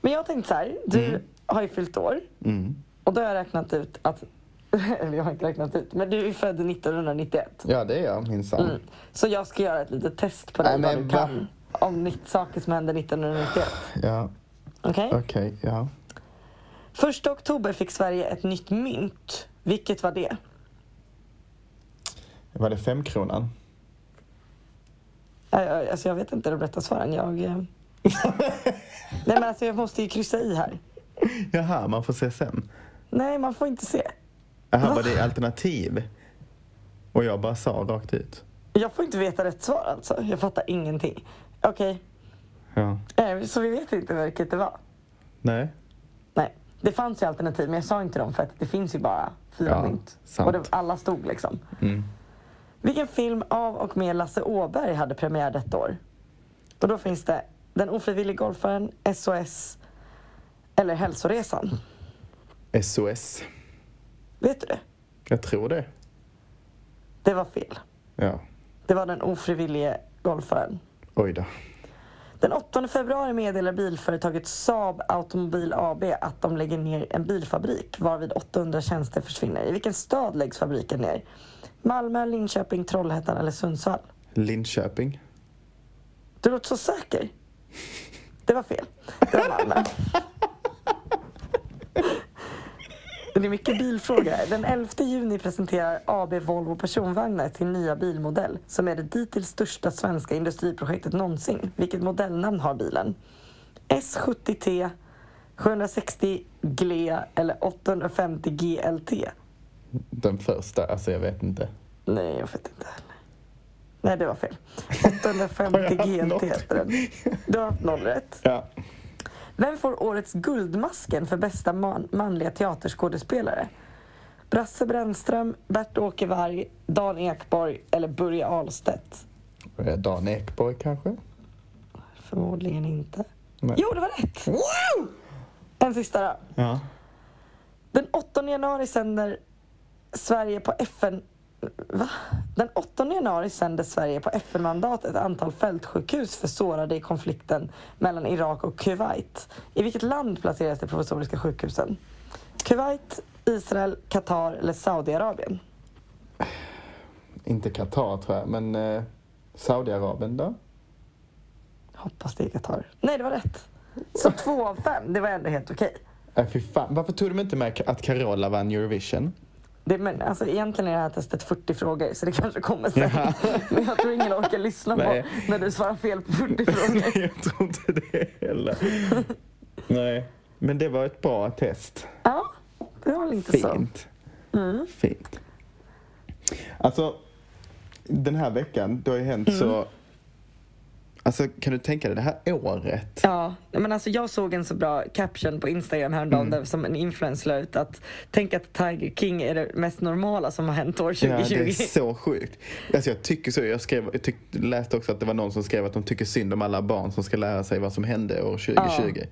A: Men jag tänkte så här, du har ju fyllt år
B: Mm.
A: och då har jag räknat ut att, eller jag har inte räknat ut, men du är född 1991.
B: Ja, det är jag minsann.
A: Mm. Så jag ska göra ett litet test på dig
B: Nej,
A: vad
B: men
A: du
B: va?
A: kan om nytt saker som hände 1991.
B: Ja,
A: Okej?
B: okej. ja.
A: Första oktober fick Sverige ett nytt mynt. Vilket var det?
B: Var det femkronan?
A: Äh, äh, Alltså jag vet inte de rätta svaren. Jag... eh, Nej men alltså jag måste ju kryssa i här.
B: Jaha, man får se sen.
A: Nej man får inte se.
B: Jaha, var det alternativ? Och jag bara sa rakt ut.
A: Jag får inte veta rätt svar alltså. Jag fattar ingenting. Okej,
B: Ja.
A: eh, så vi vet inte vilket det var.
B: Nej.
A: Nej, det fanns ju alternativ men jag sa inte dem för att det finns ju bara fyra
B: Ja,
A: mynt.
B: sant.
A: Och det, alla stod liksom.
B: Mm.
A: Vilken film av och med Lasse Åberg hade premiär detta år? Och då finns det Den ofrivillig golfaren, SOS eller Hälsoresan.
B: SOS.
A: Vet du det?
B: Jag tror det.
A: Det var fel.
B: Ja.
A: Det var den ofrivillige golfaren.
B: Oj då.
A: Den 8 februari meddelar bilföretaget Saab Automobil AB att de lägger ner en bilfabrik varvid 800 tjänster försvinner. I vilken stad läggs fabriken ner? Malmö, Linköping, Trollhättan eller Sundsvall?
B: Linköping.
A: Du låter så säker. Det var fel. Det var Malmö. Det är mycket bilfrågor. här. Den 11 juni presenterar AB Volvo Personvagnar sin nya bilmodell som är det dittills största svenska industriprojektet någonsin. Vilket modellnamn har bilen? S70T, 760 GLE eller 850 GLT?
B: Den första, alltså jag vet inte.
A: Nej, jag vet inte heller. Nej, det var fel. 850
B: Har jag haft
A: GLT heter den. Du har haft noll rätt.
B: Ja.
A: Vem får årets Guldmasken för bästa man, manliga teaterskådespelare? Brasse Brännström, Bert-Åke Varg, Dan Ekborg eller Börje Ahlstedt?
B: Eh, Dan Ekborg kanske?
A: Förmodligen inte.
B: Nej.
A: Jo, det var rätt! Wow! En sista då.
B: Ja.
A: Den 8 januari sänder Sverige på FN Va? Den 8 januari sände Sverige på FN-mandat ett antal fältsjukhus för sårade i konflikten mellan Irak och Kuwait. I vilket land placeras de provisoriska sjukhusen? Kuwait, Israel, Qatar eller Saudiarabien?
B: Inte Qatar tror jag, men eh, Saudiarabien då?
A: Hoppas det är Qatar. Nej, det var rätt. Så två av fem, det var ändå helt okej.
B: Äh, fy fan. Varför tog de inte med att Carola vann Eurovision?
A: Det, men, alltså, egentligen är det här testet 40 frågor, så det kanske kommer sen. Men jag tror ingen orkar lyssna på
B: Nej.
A: när du svarar fel på 40 frågor.
B: Nej, jag tror inte det heller. Nej, men det var ett bra test.
A: Ja, det var väl inte så.
B: Fint.
A: Mm.
B: Fint. Alltså, den här veckan, det har ju hänt
A: Mm.
B: så... Alltså, kan du tänka dig det här året?
A: Ja, men alltså jag såg en så bra caption på Instagram häromdagen
B: Mm.
A: där som en influencer la ut att tänk att Tiger King är det mest normala som har hänt år 2020.
B: Ja, det är så sjukt. Alltså, jag tycker så. Jag, skrev, jag tyck, läste också att det var någon som skrev att de tycker synd om alla barn som ska lära sig vad som hände år 2020.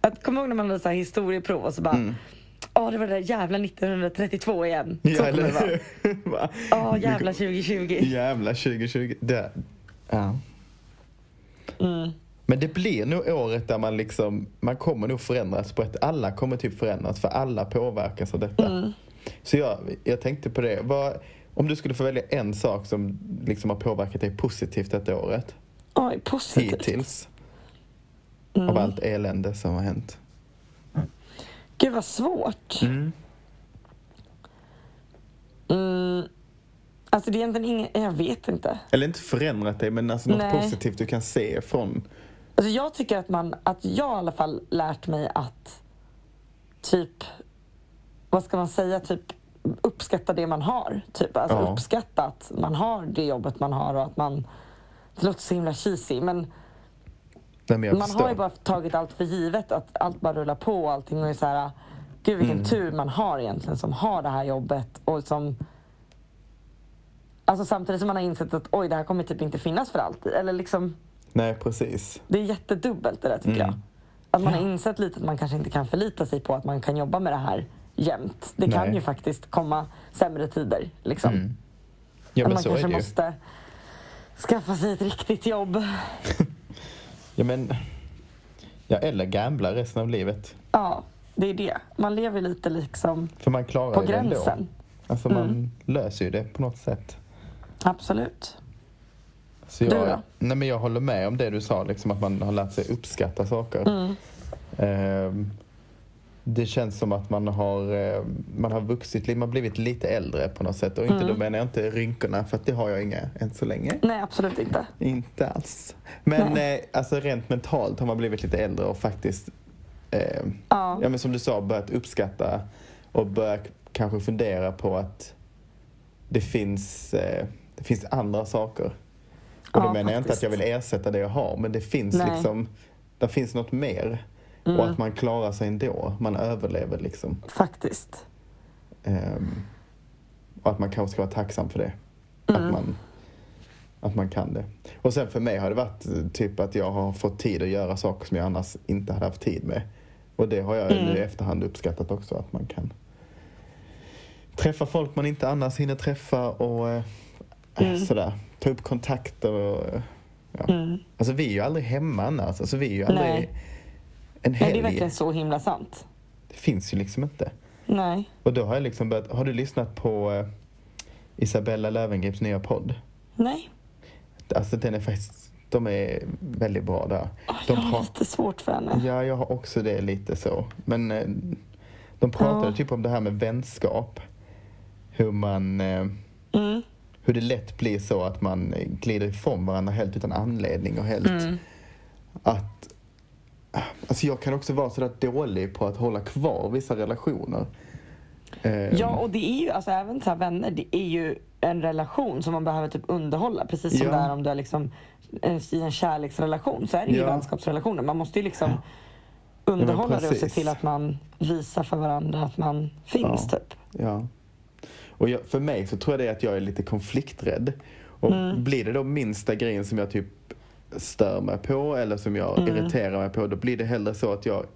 A: Att, kom ihåg när man hade så här historieprov och så bara,
B: Mm.
A: åh det var det där jävla 1932 igen. Så kommer det vara.
B: Va?
A: Åh jävla 2020.
B: Jävla 2020. Det. Ja.
A: Mm.
B: Men det blir nog året där man liksom, man kommer nog förändras på ett, alla kommer typ förändras för alla påverkas av detta.
A: Mm.
B: Så jag, jag tänkte på det, Vad, om du skulle få välja en sak som liksom har påverkat dig positivt detta året,
A: Oj, positivt. Mm.
B: hittills, av allt elände som har hänt.
A: Gud vad svårt. Mm. Alltså det är egentligen ingen, jag vet inte.
B: Eller inte förändrat dig, men alltså något
A: Nej.
B: positivt du kan se från...
A: Alltså jag tycker att man, att jag i alla fall lärt mig att typ, vad ska man säga, typ uppskatta det man har. Typ, alltså
B: Ja.
A: uppskatta att man har det jobbet man har och att man, det låter så himla cheesy men
B: Nej, men jag
A: man
B: förstår.
A: har ju bara tagit allt för givet att allt bara rullar på och allting och är så här, gud vilken
B: Mm.
A: tur man har egentligen som har det här jobbet och som Alltså samtidigt som man har insett att oj, det här kommer typ inte finnas för alltid. Eller liksom,
B: Nej, precis.
A: det är jättedubbelt det där tycker
B: Mm.
A: jag. Att man har insett lite att man kanske inte kan förlita sig på att man kan jobba med det här jämt. Det kan
B: Nej.
A: ju faktiskt komma sämre tider. Liksom.
B: Ja,
A: Att
B: men
A: man
B: så är
A: kanske
B: det ju.
A: måste skaffa sig ett riktigt jobb.
B: Ja, men... Ja, eller gambla resten av livet.
A: Ja, det är det. Man lever lite liksom
B: För man klarar
A: på
B: ju det ändå.
A: gränsen. Mm.
B: Alltså man löser ju det på något sätt.
A: Absolut.
B: Så
A: Du då?
B: jag, nej, men jag håller med om det du sa, liksom, att man har lärt sig uppskatta saker.
A: Mm.
B: Ehm, det känns som att man har, eh, man har vuxit, li- man har blivit lite äldre på något sätt. Och
A: Mm.
B: inte, då menar jag inte rynkorna, för att det har jag inga än så länge.
A: Nej, absolut inte.
B: Inte alls. Men eh, alltså, rent mentalt har man blivit lite äldre och faktiskt, eh,
A: Ja.
B: ja, men som du sa, börjat uppskatta och börjat kanske fundera på att det finns, eh, det finns andra saker. Och då
A: Ja,
B: menar jag inte
A: faktiskt.
B: att jag vill ersätta det jag har, men det finns
A: Nej. Mm.
B: liksom, det finns något mer. Och att man klarar sig ändå, man överlever liksom.
A: Faktiskt.
B: Ehm, och att man kanske ska vara tacksam för det.
A: Mm.
B: Att, man, att man kan det. Och sen för mig har det varit eh, typ att jag har fått tid att göra saker som jag annars inte hade haft tid med. Och det har jag
A: Mm.
B: nu i efterhand uppskattat också, att man kan träffa folk man inte annars hinner träffa och eh,
A: Mm.
B: sådär. Ta upp kontakter och eh, ja. Alltså vi är ju aldrig hemma annars. Alltså vi är ju aldrig
A: Mm. Nej.
B: en
A: Nej, det
B: helg.
A: är verkligen så himla sant.
B: det finns ju liksom inte.
A: Nej.
B: Och då har jag liksom börjat, har du lyssnat på eh, Isabella Löwengrips nya podd?
A: Nej,
B: Alltså den är faktiskt, de är väldigt bra där.
A: Ah, jag
B: De
A: har
B: pra-
A: lite svårt för henne.
B: ja, jag har också det lite så. Men eh, de pratade
A: Ja.
B: typ om det här med vänskap. Hur man, eh,
A: Mm.
B: hur det lätt blir så att man eh, glider ifrån varandra helt utan anledning och helt
A: Mm.
B: att Alltså jag kan också vara sådär dålig på att hålla kvar vissa relationer. Eh,
A: Ja, och det är ju, alltså även så här vänner, det är ju en relation som man behöver typ underhålla. Precis som
B: Ja.
A: det är om du är liksom en, i en kärleksrelation så är det ju
B: Ja.
A: vänskapsrelationer. Man måste ju liksom underhålla det och se
B: precis.
A: till att man visar för varandra att man finns
B: Ja.
A: typ.
B: Ja. Och jag, för mig så tror jag det är att jag är lite konflikträdd. Och
A: Mm.
B: blir det då minsta grejen som jag typ stör mig på eller som jag
A: Mm.
B: irriterar mig på, då blir det hellre så att jag
A: Mm.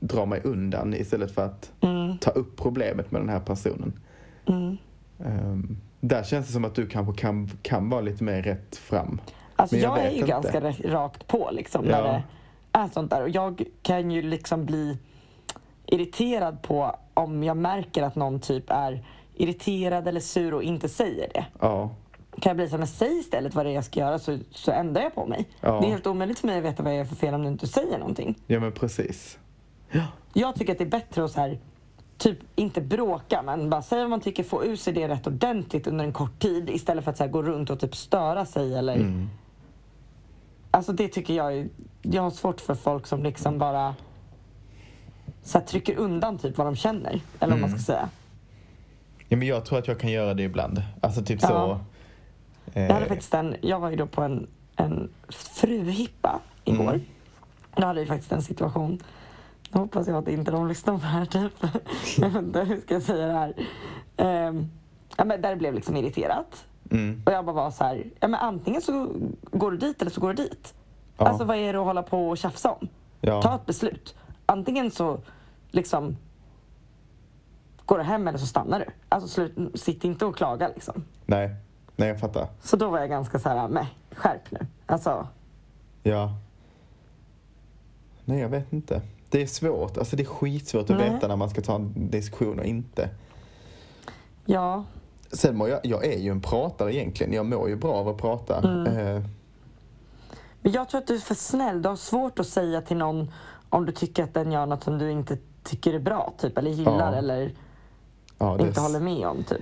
B: drar mig undan istället för att ta upp problemet med den här personen. Ehm, där känns det som att du kanske kan, kan vara lite mer rätt fram.
A: Alltså
B: Men
A: jag, är
B: vet
A: ju
B: inte.
A: ganska ra- rakt på liksom
B: Ja.
A: när det är sånt där. Och jag kan ju liksom bli irriterad på om jag märker att någon typ är irriterad eller sur och inte säger det.
B: Ja,
A: Kan jag bli såhär, men säg istället vad det är jag ska göra så, så ändrar jag på mig.
B: Ja.
A: Det är helt omöjligt för mig att veta vad jag gör för fel om du inte säger någonting.
B: ja men precis.
A: Jag tycker att det är bättre att så här, typ inte bråka men bara säga vad man tycker, få ur sig det rätt ordentligt under en kort tid istället för att så här, gå runt och typ störa sig eller Alltså det tycker jag är, jag har svårt för folk som liksom bara så här, trycker undan typ vad de känner eller vad man ska säga.
B: Ja, men jag tror att jag kan göra det ibland. Alltså typ
A: Ja.
B: eh, så.
A: Jag hade faktiskt en, jag var ju då på en, en fruhippa igår.
B: Mm.
A: Då hade vi faktiskt en situation. Nu hoppas jag att inte de lyssnar på det här typ. Jag vet inte hur ska jag säga det här? Ehm, ja, men där det blev liksom irriterat.
B: Mm.
A: Och jag bara var så här, ja men antingen så går du dit eller så går du dit.
B: Ja.
A: Alltså vad är det att hålla på och tjafsa om?
B: Ja.
A: Ta ett beslut. Antingen så liksom går du hem eller så stannar du. Alltså slut, sitt inte och klaga liksom.
B: Nej. Nej, jag fattar.
A: Så då var jag ganska så här, nej, skärp nu. Alltså,
B: Ja. Nej, jag vet inte. Det är svårt. Alltså det är skitsvårt att
A: Nej.
B: veta när man ska ta en diskussion och inte.
A: ja,
B: Sen mår jag, jag är ju en pratare egentligen. Jag mår ju bra av att prata.
A: Mm.
B: Eh,
A: Men jag tror att du är för snäll. Du har svårt att säga till någon om du tycker att den gör något som du inte tycker är bra, typ, eller gillar
B: Ja.
A: eller
B: ja, det
A: inte håller med om, typ.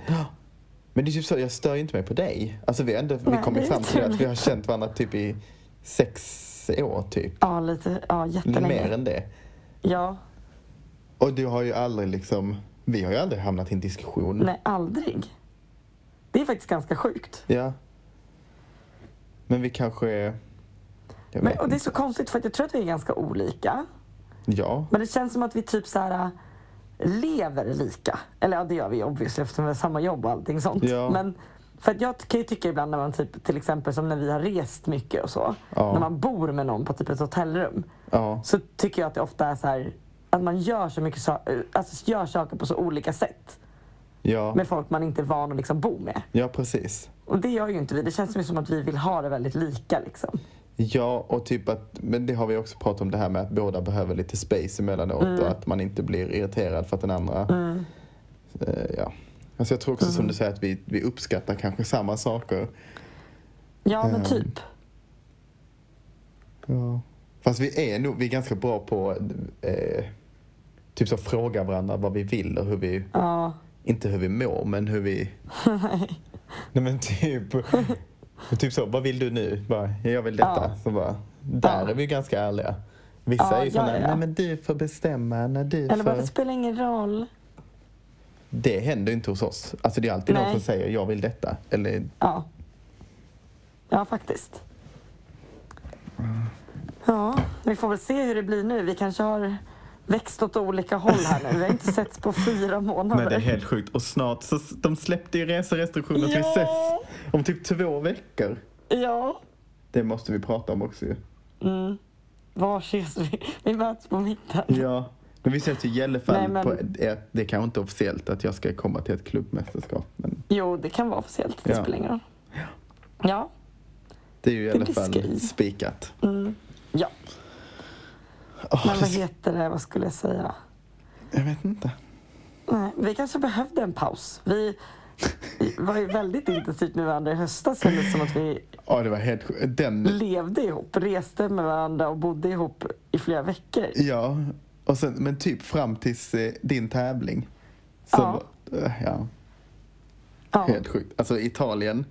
B: Men det är typ så, jag stör ju inte mig på dig. Alltså vi, har ändå, vi
A: Nej,
B: kom ju
A: det är
B: fram till att vi har
A: otroligt.
B: känt varandra typ i sex år typ.
A: Ja, lite, ja, jättelänge.
B: Mer än det.
A: Ja,
B: Och du har ju aldrig liksom, vi har ju aldrig hamnat i en diskussion.
A: nej, aldrig. Det är faktiskt ganska sjukt.
B: Ja. Men vi kanske är...
A: Men,
B: Jag vet
A: och det är
B: inte.
A: så konstigt för att jag tror att vi är ganska olika.
B: Ja.
A: Men det känns som att vi typ så här äh, lever lika. Eller ja, det gör vi obviously eftersom vi har samma jobb och allting sånt.
B: Ja.
A: Men för att jag kan ju tycka ibland när man typ, till exempel som när vi har rest mycket och så.
B: Ja.
A: När man bor med någon på typ ett hotellrum.
B: Ja.
A: Så tycker jag att det ofta är så här att man gör så mycket so- äh, alltså gör saker på så olika sätt.
B: Ja.
A: Med folk man inte är van att liksom bo med.
B: ja, precis.
A: Och det gör ju inte vi. Det känns ju som att vi vill ha det väldigt lika liksom.
B: Ja, och typ att, men det har vi också pratat om det här med att båda behöver lite space emellanåt och att man inte blir irriterad för att den andra... Eh, ja. Alltså jag tror också som du säger att vi, vi uppskattar kanske samma saker.
A: Ja, men
B: Ehm.
A: typ.
B: Ja. Fast vi är nog vi är ganska bra på eh, typ så fråga varandra vad vi vill och hur vi,
A: Ja.
B: inte hur vi mår men hur vi... Nej men typ, typ så, vad vill du nu? Bara, jag vill detta.
A: Ja.
B: Så bara, där
A: Ja.
B: är vi ganska ärliga. Vissa
A: Ja,
B: är ju sådana,
A: ja, ja.
B: nej men du får bestämma när du
A: Eller bara,
B: får...
A: det spelar ingen roll.
B: Det händer ju inte hos oss. Alltså det är alltid någon
A: Nej.
B: som säger, jag vill detta. Eller,
A: Ja. Ja, faktiskt. Ja, vi får väl se hur det blir nu. Vi kanske har växt åt olika håll här nu. Vi har inte setts på fyra månader.
B: men det är helt sjukt. Och snart, så, de släppte ju reserestriktioner till
A: Ja.
B: ses om typ två veckor.
A: Ja.
B: Det måste vi prata om också ju.
A: Mm. Var ses vi? Vi möts på mitten.
B: Ja. Men vi ses ju i alla fall
A: Nej, men-
B: på ett, det är kanske inte officiellt att jag ska komma till ett klubbmästerskap. Men
A: Jo, det kan vara officiellt. Det
B: Ja.
A: spelar ingen roll. Ja.
B: det är ju i alla
A: blir
B: fall
A: skoj.
B: spikat.
A: Ja.
B: Åh,
A: Men
B: det
A: vad
B: ska-
A: heter det? Vad skulle jag säga?
B: jag vet inte.
A: Nej, vi kanske behövde en paus. Vi var ju väldigt intensivt med varandra i höstas. Kändes som att vi
B: Ja, det var helt sjukt. Den,
A: levde ihop, reste med varandra och bodde ihop i flera veckor.
B: ja. Och sen, men typ fram tills eh, din tävling. Så
A: Ja.
B: var- eh, ja.
A: Ja,
B: Helt sjukt. Alltså Italien,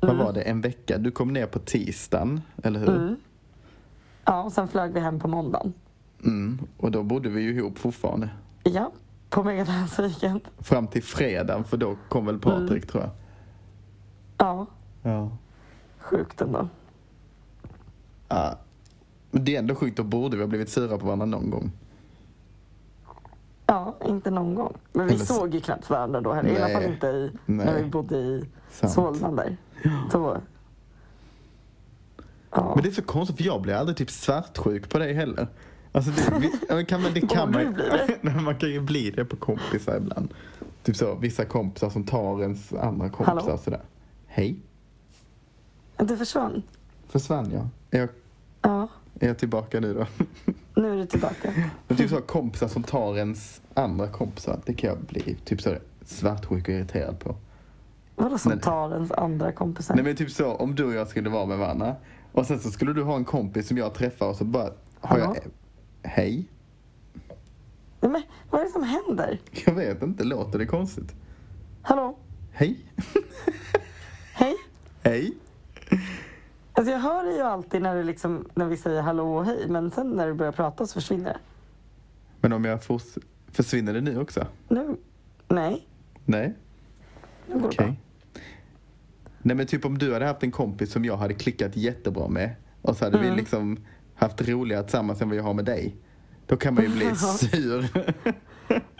B: vad var det, en vecka? Du kom ner på tisdagen, eller hur? Mm.
A: ja och sen flög vi hem på måndagen.
B: Och då bodde vi ju ihop fortfarande.
A: Ja, på Megalandsviken.
B: Fram till fredagen, för då kom väl Patrik tror jag.
A: Ja,
B: Mm. Ja.
A: sjukt ändå.
B: Ja. Men det är ändå sjukt, då borde vi ha blivit sura på varandra någon gång.
A: Ja, inte någon gång. Men vi
B: Eller så-
A: såg ju knappt varandra då heller. I alla
B: Nej.
A: fall inte i, när
B: Nej.
A: vi bodde i
B: Sant.
A: Solna där. Då, ja.
B: Men det är så konstigt för jag blir aldrig typ svartsjuk på dig heller. Alltså det, vi, ja, men kan man, det kan
A: Borde
B: man,
A: du bli det?
B: Nej, man kan ju bli det på kompisar ibland. Typ så, vissa kompisar som tar ens andra kompisar
A: Hallå?
B: sådär. Hej,
A: Du försvann.
B: försvann jag? Är jag,
A: Ja,
B: är jag tillbaka nu då?
A: nu är du tillbaka.
B: Men typ så, kompisar som tar ens andra kompisar, det kan jag bli typ så svartsjuk och irriterad på.
A: Vadå som
B: Men-
A: tar ens andra kompisar?
B: Nej men typ så, om du och jag skulle vara med varandra och sen så skulle du ha en kompis som jag träffar och så bara har jag...
A: Ja.
B: Hej?
A: Nej, men vad är det som händer?
B: Jag vet inte, låter det konstigt?
A: Hallå?
B: Hej?
A: Hej?
B: Hej?
A: Alltså jag hör dig ju alltid när, du liksom, när vi säger hallå och hej, men sen när du börjar prata så försvinner det.
B: Men om jag forts... Försvinner det nu också?
A: Nu? Nej,
B: Nej?
A: nu går det
B: Okej.
A: bra.
B: Nej men typ om du hade haft en kompis som jag hade klickat jättebra med och så hade vi liksom haft roligare tillsammans än vad jag har med dig. Då kan man ju bli sur.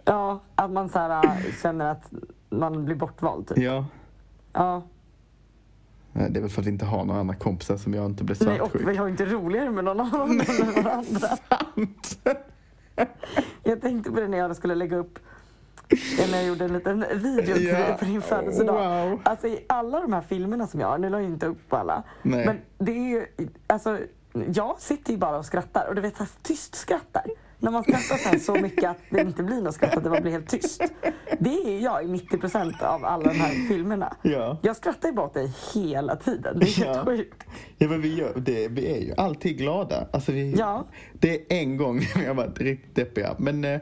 A: Ja, att man så här, äh, känner att man blir bortvald typ.
B: ja.
A: Ja.
B: Nej, Det är väl för att vi inte har några andra kompisar som jag inte blir
A: Nej, och
B: svartsjuk.
A: vi har ju inte roligare med någon annan än med varandra. Jag tänkte på det när jag skulle lägga upp när jag gjorde en liten video till
B: Ja,
A: för din födelsedag.
B: wow.
A: Alltså i alla de här filmerna som jag har, nu la jag ju inte upp på alla.
B: Nej.
A: Men det är ju, alltså jag sitter ju bara och skrattar och du vet så här, tyst skrattar. När man skrattar så, här så mycket att det inte blir något skratt, att det bara blir helt tyst. Det är ju jag i 90% av alla de här filmerna.
B: Ja.
A: Jag skrattar ju bara åt dig hela tiden, det är helt
B: Ja.
A: sjukt.
B: Ja, men vi, gör, det, vi är ju alltid glada. Alltså vi,
A: Ja.
B: Det är en gång när jag varit riktigt deppiga. Men, eh,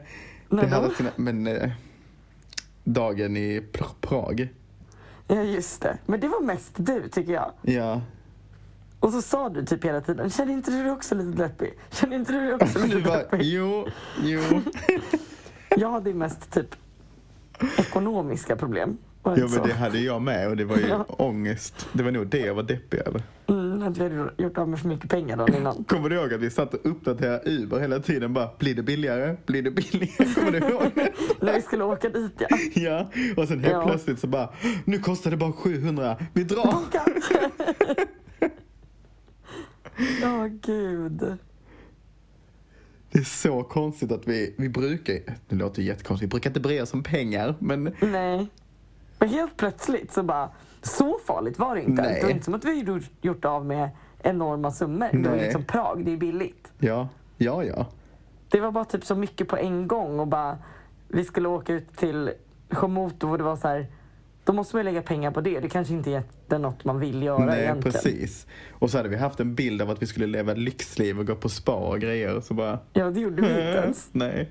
A: När
B: det hade
A: då?
B: sina, men eh, dagen i Pr- Prag.
A: Ja just det, men det var mest du tycker jag.
B: Ja.
A: Och så sa du typ hela tiden, känner inte du dig också lite deppig? Känner inte Alltså, du dig också lite
B: Du bara,
A: deppig?
B: jo, jo.
A: Jag hade ju mest typ ekonomiska problem. Var det
B: Ja,
A: inte
B: men
A: så?
B: det hade jag med och det var ju
A: Ja.
B: ångest. Det var nog det jag var deppig över.
A: Mm, att vi hade gjort av med för mycket pengar dagen innan.
B: Kommer du ihåg att vi satt och uppdaterade Uber hela tiden? Bara, blir det billigare? Blir det billigare? Kommer du ihåg?
A: När vi skulle åka dit ja.
B: Ja, och sen helt
A: Ja.
B: plötsligt så bara, nu kostar det bara 700, vi drar!
A: Åka. Ja, gud.
B: Det är så konstigt att vi, vi brukar, det låter jättekonstigt, vi brukar inte bry oss om pengar, men
A: Nej. Men helt plötsligt så bara, så farligt var det inte.
B: Nej.
A: Det var inte som att vi hade gjort av med enorma summor. Det var
B: Nej.
A: liksom Prag, det är billigt.
B: ja, ja, ja.
A: Det var bara typ så mycket på en gång och bara vi skulle åka ut till Komoto och det var så här då måste man ju lägga pengar på det. Det kanske inte är det något man vill göra
B: Nej,
A: egentligen.
B: precis. Och så hade vi haft en bild av att vi skulle leva ett lyxliv och gå på spa och grejer, så bara, "Äh,
A: Ja, det gjorde vi inte ens.
B: nej.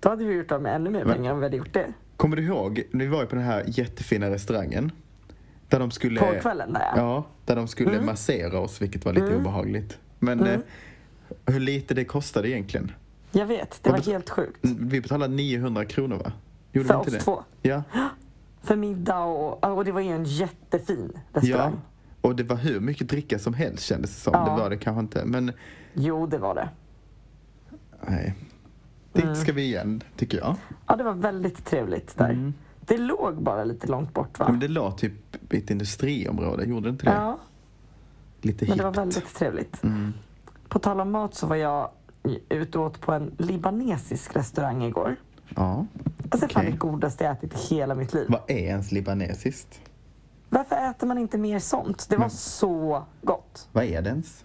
A: Då hade vi gjort av med ännu mer
B: Mm. Men-
A: pengar om vi hade gjort det.
B: Kommer du ihåg, vi var ju på den här jättefina restaurangen, där de skulle...
A: På kvällen där ja. Mm.
B: Ja, där de skulle massera oss, vilket var lite obehagligt. Men eh, hur lite det kostade egentligen?
A: Jag vet, det
B: Och
A: var
B: bet-
A: helt sjukt.
B: Vi betalade 900 kronor va? Gjorde
A: För
B: vi inte
A: oss
B: det?
A: två.
B: Ja.
A: För middag och, och det var ju en jättefin
B: ja.
A: restaurang.
B: Och det var hur mycket dricka som helst kändes det som.
A: Ja.
B: Det var det kanske inte. Men
A: Jo, det var det.
B: nej. Dit ska vi igen, tycker jag.
A: Ja, det var väldigt trevligt där. Det låg bara lite långt bort va?
B: Mm. Men det la typ i ett industriområde, gjorde det inte det?
A: ja.
B: Lite
A: Men det var
B: hippt.
A: väldigt trevligt. På tal om mat så var jag i- ute och åt på en libanesisk restaurang igår.
B: Ja.
A: Alltså fan
B: Okej.
A: det godaste jag ätit i hela mitt liv.
B: Vad är ens libanesiskt?
A: Varför äter man inte mer sånt? Det var så gott.
B: Vad är det ens?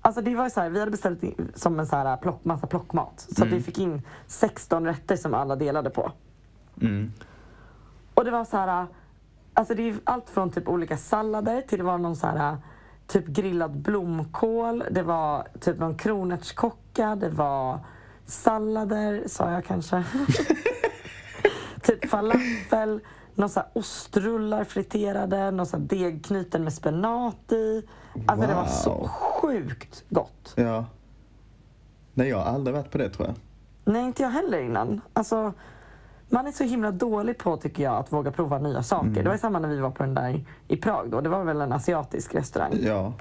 A: Alltså det var ju så här, vi hade beställt in, som en så här plock, massa plockmat. Så att vi fick in 16 rätter som alla delade på. Och det var så här, alltså det är ju allt från typ olika sallader till det var någon så här typ grillad blomkål, det var typ någon kronärtskocka, det var sallader sa jag kanske. typ falafel, någon så här ostrullar friterade, någon så här degknuten med spenat i. Alltså det var så
B: Wow.
A: sjukt gott.
B: Ja. Nej, jag har aldrig varit på det tror jag.
A: Nej, inte jag heller innan. Alltså, man är så himla dålig på, tycker jag, att våga prova nya saker.
B: Mm.
A: Det var ju samma när vi var på den där i Prag då. Det var väl en asiatisk restaurang.
B: Ja.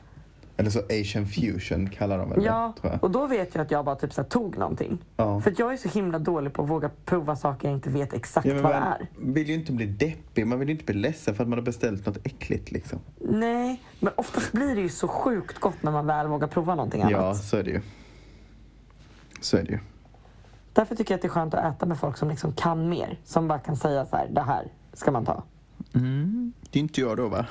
B: Eller så asian fusion kallar de väl
A: Ja,
B: det, tror jag.
A: och då vet jag att jag bara typ så här, tog någonting.
B: Ja.
A: För att jag är så himla dålig på att våga prova saker jag inte vet exakt
B: Ja, men
A: vad det
B: man
A: är.
B: vill ju inte bli deppig, man vill ju inte bli ledsen för att man har beställt något äckligt liksom.
A: Nej, men oftast blir det ju så sjukt gott när man väl vågar prova någonting
B: Ja,
A: annat.
B: så är det ju. Så är det ju.
A: Därför tycker jag att det är skönt att äta med folk som liksom kan mer. Som bara kan säga så här, det här ska man ta.
B: Mm, det är inte jag då va?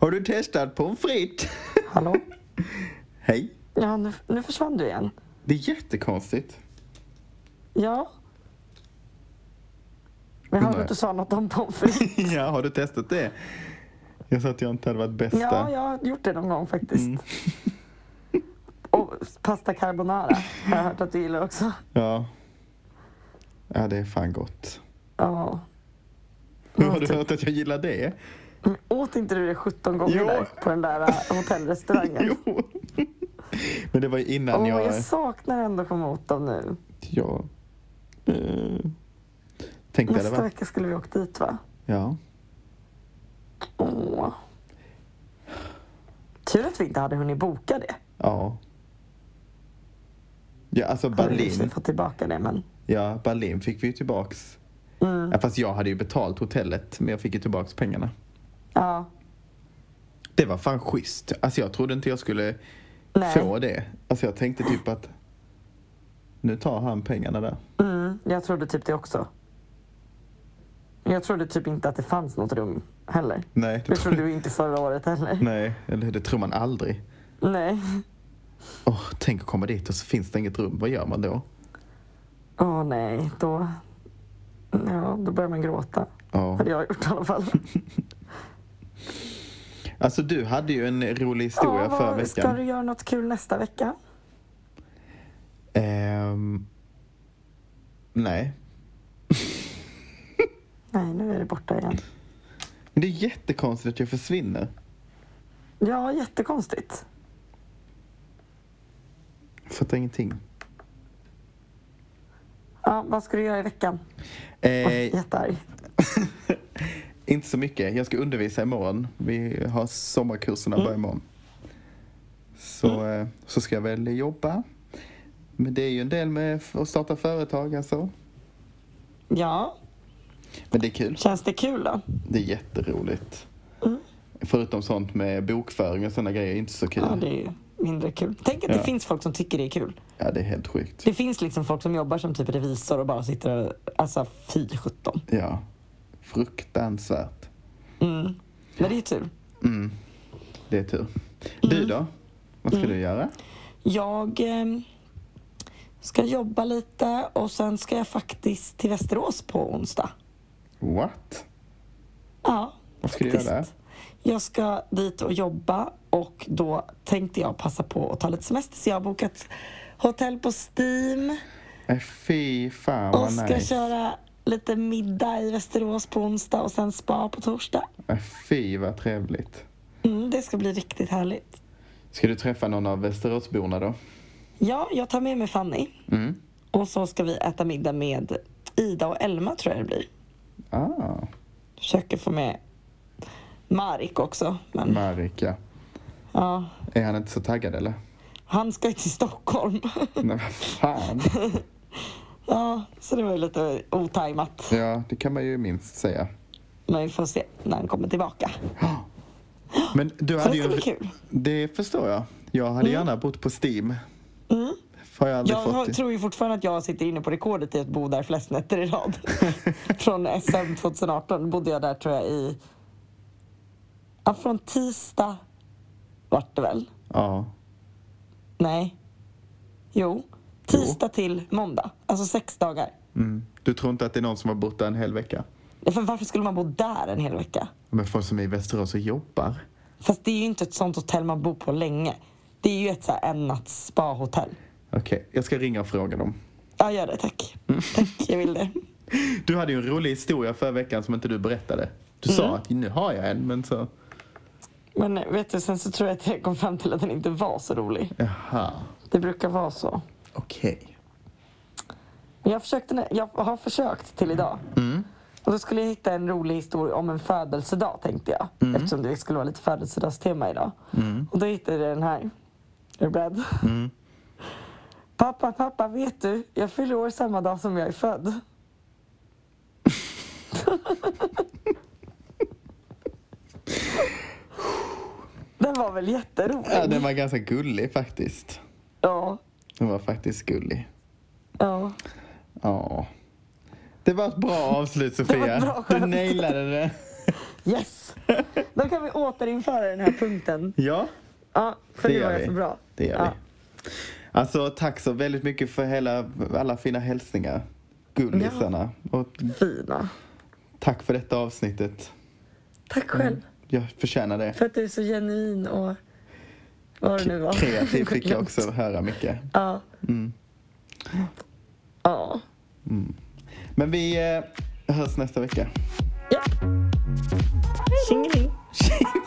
B: Har du testat pommes frites?
A: Hallå?
B: Hej.
A: Ja, nu, nu försvann du igen.
B: Det är jättekonstigt.
A: Ja. Jag hörde
B: Nej.
A: att du sa något om pommes frites.
B: ja, har du testat det? Jag sa att jag inte hade varit bästa.
A: Ja, jag har gjort det någon gång faktiskt.
B: Mm.
A: Och pasta carbonara har jag hört att du gillar också.
B: Ja. Ja, det är fan gott.
A: Ja.
B: Hur har
A: typ.
B: du hört att jag gillar det?
A: Men Åt inte du det 17 gånger
B: Jo.
A: där på den där äh, hotellrestaurangen? Jo,
B: Men det var ju innan
A: Åh,
B: jag...
A: jag saknar ändå att komma åt dem nu.
B: Ja. Eh, tänkte jag det
A: Nästa
B: var.
A: vecka skulle vi åka dit va?
B: Ja.
A: Åh. Tur att vi inte hade hunnit boka det.
B: Ja. Ja, alltså
A: Hade vi i och för sig
B: Berlin.
A: liksom fått tillbaka det men.
B: Ja, Berlin fick vi ju tillbaks.
A: Mm.
B: Ja, fast jag hade ju betalt hotellet, men jag fick ju tillbaks pengarna.
A: Ja.
B: Det var fan schysst. Alltså jag trodde inte jag skulle
A: Nej.
B: få det. Alltså jag tänkte typ att nu tar han pengarna där.
A: Mm, jag trodde typ det också. Jag trodde typ inte att det fanns något rum heller.
B: Nej,
A: Det trodde du inte förra året heller.
B: Nej, eller hur? Det tror man aldrig.
A: Nej.
B: Åh, tänk att komma dit och så finns det inget rum. Vad gör man då?
A: Åh nej, då... Ja, då börjar man gråta.
B: Ja.
A: Hade jag gjort i alla fall.
B: Alltså du hade ju en rolig historia
A: Ja, vad-
B: förra
A: Ska
B: veckan.
A: du göra något kul nästa vecka?
B: Ehm, nej.
A: Nej, nu är det borta igen.
B: Men det är jättekonstigt att jag försvinner.
A: Ja, jättekonstigt.
B: Jag fattar ingenting.
A: Ja, vad ska du göra i veckan?
B: Eh,
A: Jättearg.
B: inte så mycket. Jag ska undervisa imorgon. Vi har sommarkurserna
A: Mm.
B: börjar imorgon. Så, eh, så ska jag väl jobba. Men det är ju en del med f- att starta företag alltså.
A: Ja,
B: Men det är kul.
A: känns det kul då?
B: Det är jätteroligt.
A: Mm.
B: Förutom sånt med bokföring och sådana grejer är inte så kul.
A: Ja, det är ju mindre kul. Tänk att det
B: Ja.
A: finns folk som tycker det är kul.
B: Ja, det är helt sjukt.
A: Det finns liksom folk som jobbar som typ revisor och bara sitter och... Alltså, fy sjutton.
B: Ja. Fruktansvärt.
A: Mm. Men det är ju tur.
B: Mm. Det är
A: Mm.
B: tur. Du då? Vad ska du göra?
A: Jag eh, ska jobba lite och sen ska jag faktiskt till Västerås på onsdag.
B: What?
A: Ja,
B: Vad ska du
A: faktiskt.
B: göra?
A: Jag ska dit och jobba och då tänkte jag passa på att ta lite semester så jag har bokat hotell på Steam
B: Nej, Äh, Fy fan
A: och
B: vad
A: ska
B: nice.
A: köra lite middag i Västerås på onsdag och sen spa på torsdag.
B: Nej, Äh, Fy vad trevligt.
A: Mm, det ska bli riktigt härligt.
B: Ska du träffa någon av Västeråsborna då?
A: Ja, jag tar med mig Fanny
B: Mm.
A: och så ska vi äta middag med Ida och Elma tror jag det blir.
B: Ah,
A: Försöker få med Marik också. Men,
B: Marika.
A: ja,
B: Är han inte så taggad eller?
A: han ska ju till Stockholm.
B: Nej, vad fan.
A: ja, så det var ju lite otajmat.
B: Ja, det kan man ju minst säga.
A: Men vi får se när han kommer tillbaka.
B: Men du
A: Så
B: hade
A: det
B: ju...
A: ska
B: en-
A: bli kul.
B: Det förstår jag. Jag hade gärna bott på Steam.
A: Mm.
B: Har jag aldrig
A: Jag
B: fått
A: har-
B: det.
A: tror ju fortfarande att jag sitter inne på rekordet i att bo där flest nätter i rad. från SM 2018 bodde jag där tror jag i... Ja, från tisdag vart det väl?
B: Ja.
A: Nej. Jo. Tisdag till måndag. Alltså sex dagar.
B: Mm. Du tror inte att det är någon som har bott där en hel vecka?
A: För varför skulle man bo där en hel vecka?
B: Men folk som är i Västerås och jobbar?
A: Fast det är ju inte ett sånt hotell man bor på länge. Det är ju ett så här en natts spahotell.
B: Okej, jag ska ringa och fråga dem.
A: Ja, gör det tack. Tack, jag vill det.
B: Du hade ju en rolig historia förra veckan som inte du berättade. Du
A: Mm.
B: sa att nu har jag en, men så...
A: Men eh, vet du, sen så tror jag att jag kom fram till att den inte var så rolig.
B: Jaha,
A: Det brukar vara så.
B: okej.
A: Men Jag, försökte, jag har försökt till idag. Och då skulle jag hitta en rolig historia om en födelsedag tänkte jag. Eftersom det skulle vara lite födelsedagstema idag. Och då hittade jag den här. Är du beredd? Pappa, pappa, vet du? Jag fyller år samma dag som jag är född. den var väl jätterolig?
B: Ja, den var ganska gullig faktiskt.
A: Ja.
B: Den var faktiskt gullig.
A: ja.
B: Ja. Det var ett bra avslut
A: Det var
B: Sofia.
A: ett bra
B: du
A: skämt.
B: nailade det.
A: Yes! Då kan vi återinföra den här punkten.
B: Ja,
A: Ja, för
B: Det
A: det,
B: gör
A: var
B: vi.
A: så bra.
B: det gör vi. Alltså tack så väldigt mycket för hela, alla fina hälsningar. Gullisarna. Och
A: Fina.
B: tack för detta avsnittet.
A: Tack själv
B: Jag förtjänar det.
A: Mm. för att du är så genuin och vad det nu var.
B: Kreativ fick jag
A: Glömt.
B: också höra mycket.
A: Ja.
B: Mm.
A: Ja.
B: Men vi eh, hörs nästa vecka.
A: Tjingeling.
B: Tjing!